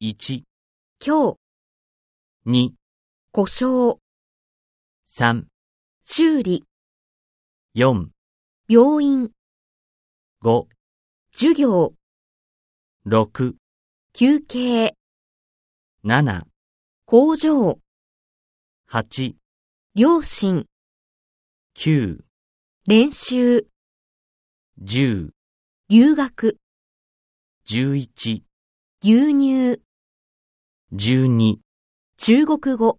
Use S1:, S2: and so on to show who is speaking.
S1: 1、
S2: 今日、
S1: 2、
S2: 故障、
S1: 3、
S2: 修理、
S1: 4、
S2: 病院、
S1: 5、
S2: 授業、
S1: 6、
S2: 休憩、
S1: 7、
S2: 工場、
S1: 8、
S2: 両親、
S1: 9、
S2: 練習、
S1: 10、
S2: 留学、
S1: 11、
S2: 牛乳、
S1: 12。
S2: 中国語。